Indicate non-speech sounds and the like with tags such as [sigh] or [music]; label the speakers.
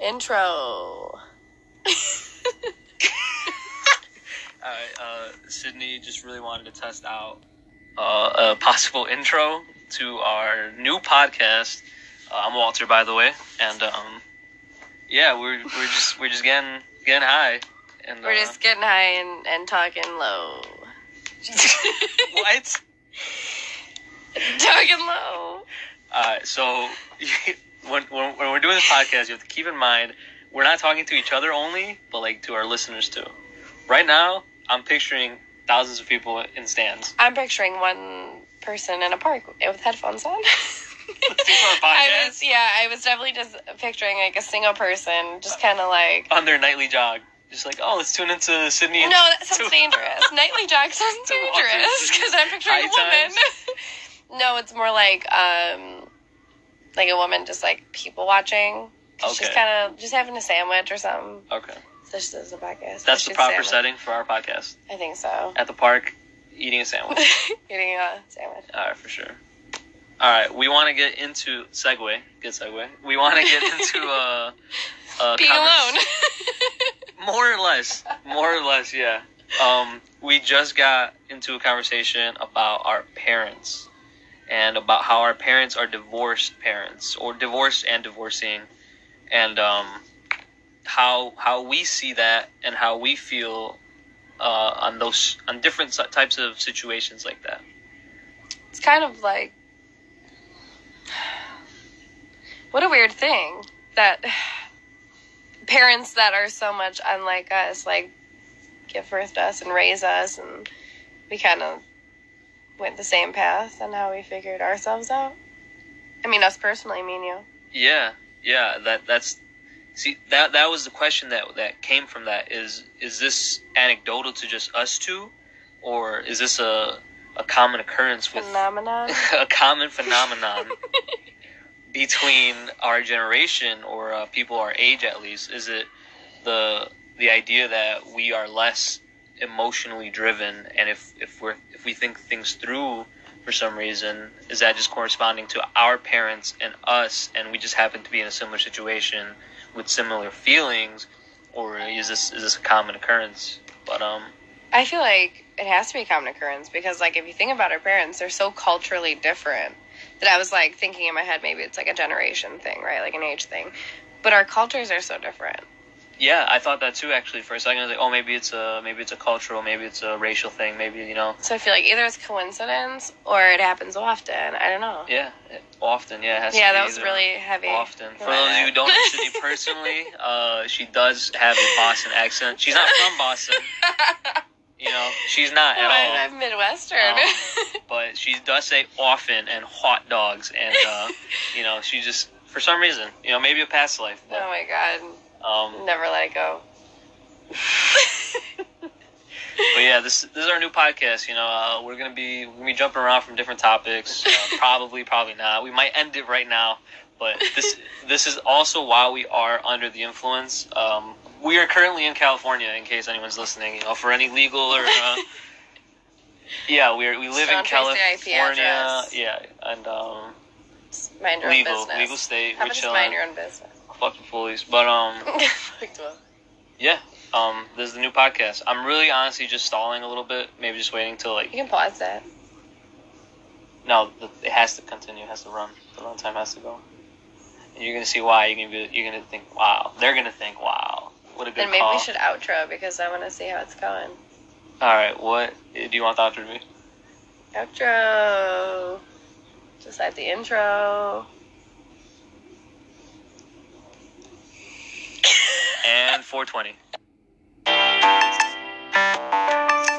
Speaker 1: Intro.
Speaker 2: All right, uh, Sydney just really wanted to test out uh, a possible intro to our new podcast. Uh, I'm Walter, by the way, and um, yeah, we're we're just we're just getting getting high, and
Speaker 1: We're
Speaker 2: uh,
Speaker 1: just [laughs] getting high and, and talking low.
Speaker 2: what?
Speaker 1: [laughs] talking low.
Speaker 2: Uh, so [laughs] when, when when we're doing this podcast, you have to keep in mind we're not talking to each other only, but like to our listeners too. Right now, I'm picturing thousands of people in stands.
Speaker 1: I'm picturing one person in a park with headphones on.
Speaker 2: our
Speaker 1: [laughs] I
Speaker 2: podcast?
Speaker 1: was, yeah, I was definitely just picturing like a single person, just kind of like.
Speaker 2: on their nightly jog. Just like, oh, let's tune into Sydney. [laughs]
Speaker 1: No,
Speaker 2: and-
Speaker 1: that sounds
Speaker 2: to- [laughs]
Speaker 1: dangerous. Nightly jog sounds
Speaker 2: To walk through
Speaker 1: dangerous
Speaker 2: the
Speaker 1: because I'm picturing a
Speaker 2: high
Speaker 1: woman. [laughs] no, it's more like um, like a woman just like people watching. 'Cause She's
Speaker 2: Okay.
Speaker 1: kind of just having a sandwich or something.
Speaker 2: Okay,
Speaker 1: This is a podcast.
Speaker 2: that's
Speaker 1: I
Speaker 2: the
Speaker 1: should
Speaker 2: proper
Speaker 1: sandwich.
Speaker 2: setting for our podcast
Speaker 1: I think
Speaker 2: [laughs]
Speaker 1: so. [laughs]
Speaker 2: at the park, eating a sandwich.
Speaker 1: Eating a sandwich.
Speaker 2: All right, for sure. All right, we want to get into segue. Good segue. We want to get into
Speaker 1: [laughs]
Speaker 2: uh, uh
Speaker 1: Being
Speaker 2: convers-
Speaker 1: alone. [laughs]
Speaker 2: More or less, more or less, yeah. [laughs] Um, we just got into a conversation about our parents and about how our parents are divorced parents or divorced and divorcing, and um, how how we see that and how we feel uh, on those on different si- types of situations like that.
Speaker 1: it's kind of like what a weird thing that [sighs] parents that are so much unlike us like give birth to us and raise us and we kind of went the same path and how we figured ourselves out i mean us personally me and you
Speaker 2: Yeah, yeah. That that's see that that was the question that that came from that is is this anecdotal to just us two, or is this a a common occurrence with
Speaker 1: phenomenon
Speaker 2: [laughs] a common phenomenon between our generation or uh, people our age at least? Is it the the idea that we are less emotionally driven, and if if we're if we think things through for some reason, is that just corresponding to our parents and us, and we just happen to be in a similar situation with similar feelings, or is this is this a common occurrence? But um,
Speaker 1: I feel like it has to be a common occurrence because, like, if you think about our parents, they're so culturally different that I was like thinking in my head maybe it's like a generation thing, right? Like an age thing. But our cultures are so different.
Speaker 2: Yeah, I thought that too. Actually, for a second, I was like, "Oh, maybe it's a maybe it's a cultural, maybe it's a racial thing, maybe you know."
Speaker 1: So I feel like either it's coincidence or it happens often. I don't know.
Speaker 2: Yeah, it- often. Yeah, it has to
Speaker 1: Yeah,
Speaker 2: be
Speaker 1: that was
Speaker 2: either
Speaker 1: really heavy.
Speaker 2: often. For those of you who don't know
Speaker 1: [laughs]
Speaker 2: Sydney personally, uh, she does have a Boston accent. She's not from Boston, you know. She's not at all,
Speaker 1: I'm Midwestern.
Speaker 2: Um,
Speaker 1: [laughs]
Speaker 2: but she does say often and hot dogs, and uh, you know, she just for some reason, you know, maybe a past life,
Speaker 1: [laughs] oh
Speaker 2: but
Speaker 1: my god.
Speaker 2: um,
Speaker 1: Never let it go.
Speaker 2: But yeah, this this is our new podcast. You know, uh, we're gonna be we're gonna be jumping around from different topics.
Speaker 1: [laughs]
Speaker 2: Uh, probably, probably not. We might end it right now. But this this is also why we are under the influence. Um, we are currently in California, in case anyone's listening. You know, for any legal [laughs] or
Speaker 1: [laughs]
Speaker 2: uh, yeah, we are, we live in
Speaker 1: Don't trace the IP
Speaker 2: California.
Speaker 1: address.
Speaker 2: Yeah, and um,
Speaker 1: Just mind your own
Speaker 2: legal
Speaker 1: business.
Speaker 2: legal state.
Speaker 1: How
Speaker 2: We're
Speaker 1: about just mind
Speaker 2: chilling.
Speaker 1: your own business? [laughs]
Speaker 2: Fuck the police. But um. Yeah. Um, this is the new podcast. I'm really honestly just stalling a little bit. Maybe just waiting till
Speaker 1: You
Speaker 2: like
Speaker 1: can pause that.
Speaker 2: no, the, it has to continue. It has to run. The runtime has to go. And you're gonna see why. You're gonna be. You're gonna think, wow. They're gonna think, wow. What a good
Speaker 1: Then maybe
Speaker 2: call.
Speaker 1: we should outro because I want to see how it's going.
Speaker 2: All right. What do you want the outro to be?
Speaker 1: Outro. Just like the intro. [laughs]
Speaker 2: And 420.